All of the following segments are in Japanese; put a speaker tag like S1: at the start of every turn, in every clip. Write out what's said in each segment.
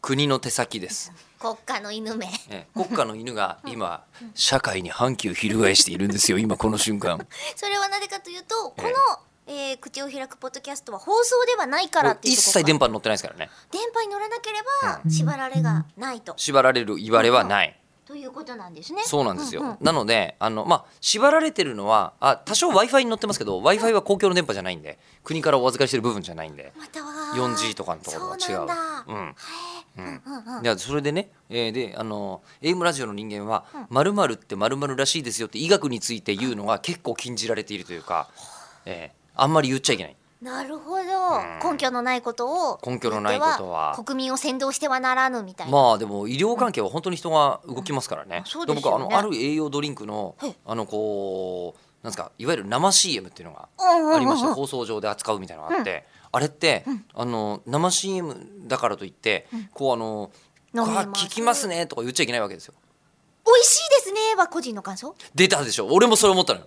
S1: 国の手先です、
S2: 国家の犬め
S1: ええ国家の犬が今社会に反旗を翻しているんですよ今この瞬間
S2: それはなぜかというとこ
S1: え
S2: の、えー口を開くポッドキャストは放送ではないからっていう
S1: 一
S2: とこ
S1: 切
S2: 電
S1: 電波に乗ってないですからね
S2: 波に乗らなければ縛られがないと、
S1: 縛られる言われはない
S2: ということなんですね
S1: そうなんですよ、
S2: うう
S1: なのであの、まあ、縛られてるのはあ多少 w i f i に乗ってますけど w i f i は公共の電波じゃないんで国からお預かりしてる部分じゃないんで
S2: または
S1: 4G とかのところは違う
S2: そうなんだ、
S1: うん
S2: うんうんうん
S1: でそれでね、えーであの AM ラジオの人間は「まるってまるらしいですよ」って医学について言うのが結構禁じられているというか、えーあんまり言っちゃいけない。
S2: なるほど、
S1: ん
S2: 根拠のないことを
S1: 根拠のないことは
S2: 国民を先導してはならぬみたいな、
S1: まあでも医療関係は本当に人が動きますからね。
S2: そうですよね
S1: 僕はあのある栄養ドリンクの
S2: はい
S1: あのこうなんですかいわゆる生 CM っていうのが
S2: うんうんうん
S1: ありまして放送上で扱うみたいなのがあって、あれって、あの生 CM だからといって、こうあの「
S2: 飲みます
S1: あ聞きますね」とか言っちゃいけないわけですよ。
S2: 美味しいですねは個人の感想
S1: 出たでしょ俺もそれ思ったのよ。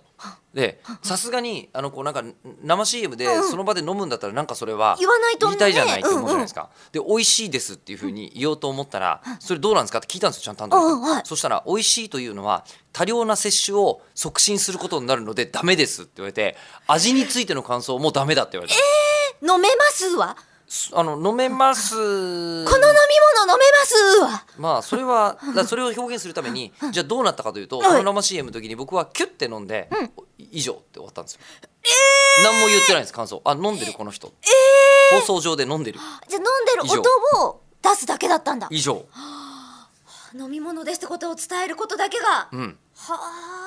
S1: でさすがにあのこうなんか生 CM でその場で飲むんだったらなんかそれは
S2: 言わないと
S1: 言いたいじゃないっ
S2: ね
S1: て思うじゃないですか。で美味しいですっていうふうに言おうと思ったらそれどうなんですかって聞いたんですよちゃんと担当
S2: うんうんは
S1: に
S2: い
S1: そしたら美味しいというのは多量な摂取を促進することになるのでダメですって言われて味についての感想もダメだって言われた。
S2: 飲めますわ
S1: すあの飲めます。
S2: この飲み物飲めますわ
S1: まあそれはだからそれを表現するためにじゃあどうなったかというと
S2: はい
S1: その生 CM の時に僕はキュッて飲んで以上って終わったんですよ。何も言ってないんです感想あ飲んでるこの人放送上で飲んでる
S2: じゃあ飲んでる音を出すだけだったんだ
S1: 以上
S2: 飲み物ですってことを伝えることだけが、
S1: うん
S2: は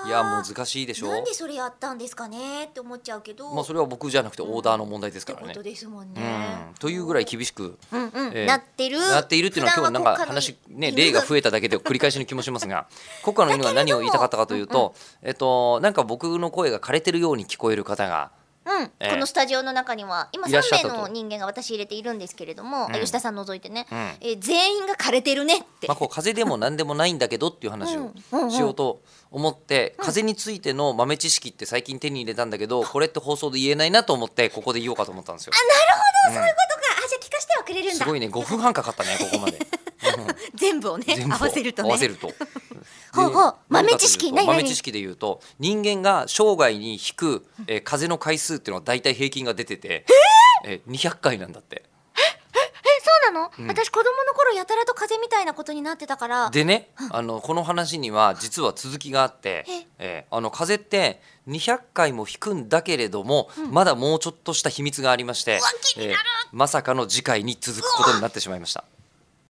S2: あ
S1: いや難しいでしょ
S2: なんでそれやったんですかねって思っちゃうけど、
S1: まあそれは僕じゃなくてオーダーの問題です
S2: って
S1: から
S2: こ
S1: ね
S2: と。ですもんね、
S1: うんというぐらい厳しく
S2: うんうん
S1: えー
S2: なってる
S1: なっているっていうのは今日なんか
S2: 普段は国家
S1: 話
S2: の
S1: ね
S2: 犬
S1: 例が増えただけで繰り返しの気もします が国家の犬は何を言いたかったかというとえっとなんか僕の声が枯れてるように聞こえる方が
S2: うん
S1: えー
S2: このスタジオの中には今
S1: いらっしゃっ
S2: 3
S1: た
S2: 名
S1: と
S2: の人間が私入れているんですけれども、あ吉田さん除いてね、
S1: うん
S2: えー全員が枯れてるねって、
S1: まあ、こう風邪でも何でもないんだけどっていう話を
S2: うんうんうん
S1: しようと思って風邪についての豆知識って最近手に入れたんだけどこれって放送で言えないなと思ってここで言おうかと思ったんですよ。
S2: あそういうことかあじゃあ聞かせてはくれるん
S1: す
S2: だ
S1: ごいね5分半かかったねここまで
S2: 全部をね
S1: 全部を
S2: 合わせると
S1: 合
S2: ね
S1: わせるとで
S2: ほうほう豆知識
S1: 何かというと
S2: 何々
S1: 豆知識で言うと人間が生涯に引く、えー風邪の回数っていうのは大体平均が出てて、えー、200回なんだって。
S2: えそうなの、
S1: うん
S2: 私子供の頃やたらと風邪みたいなことになってたから
S1: でね、あのこの話には実は続きがあって
S2: え、
S1: えーあの風邪って200回も引くんだけれども、まだもうちょっとした秘密がありまして
S2: わ気になる
S1: えーまさかの次回に続くことになってしまいました。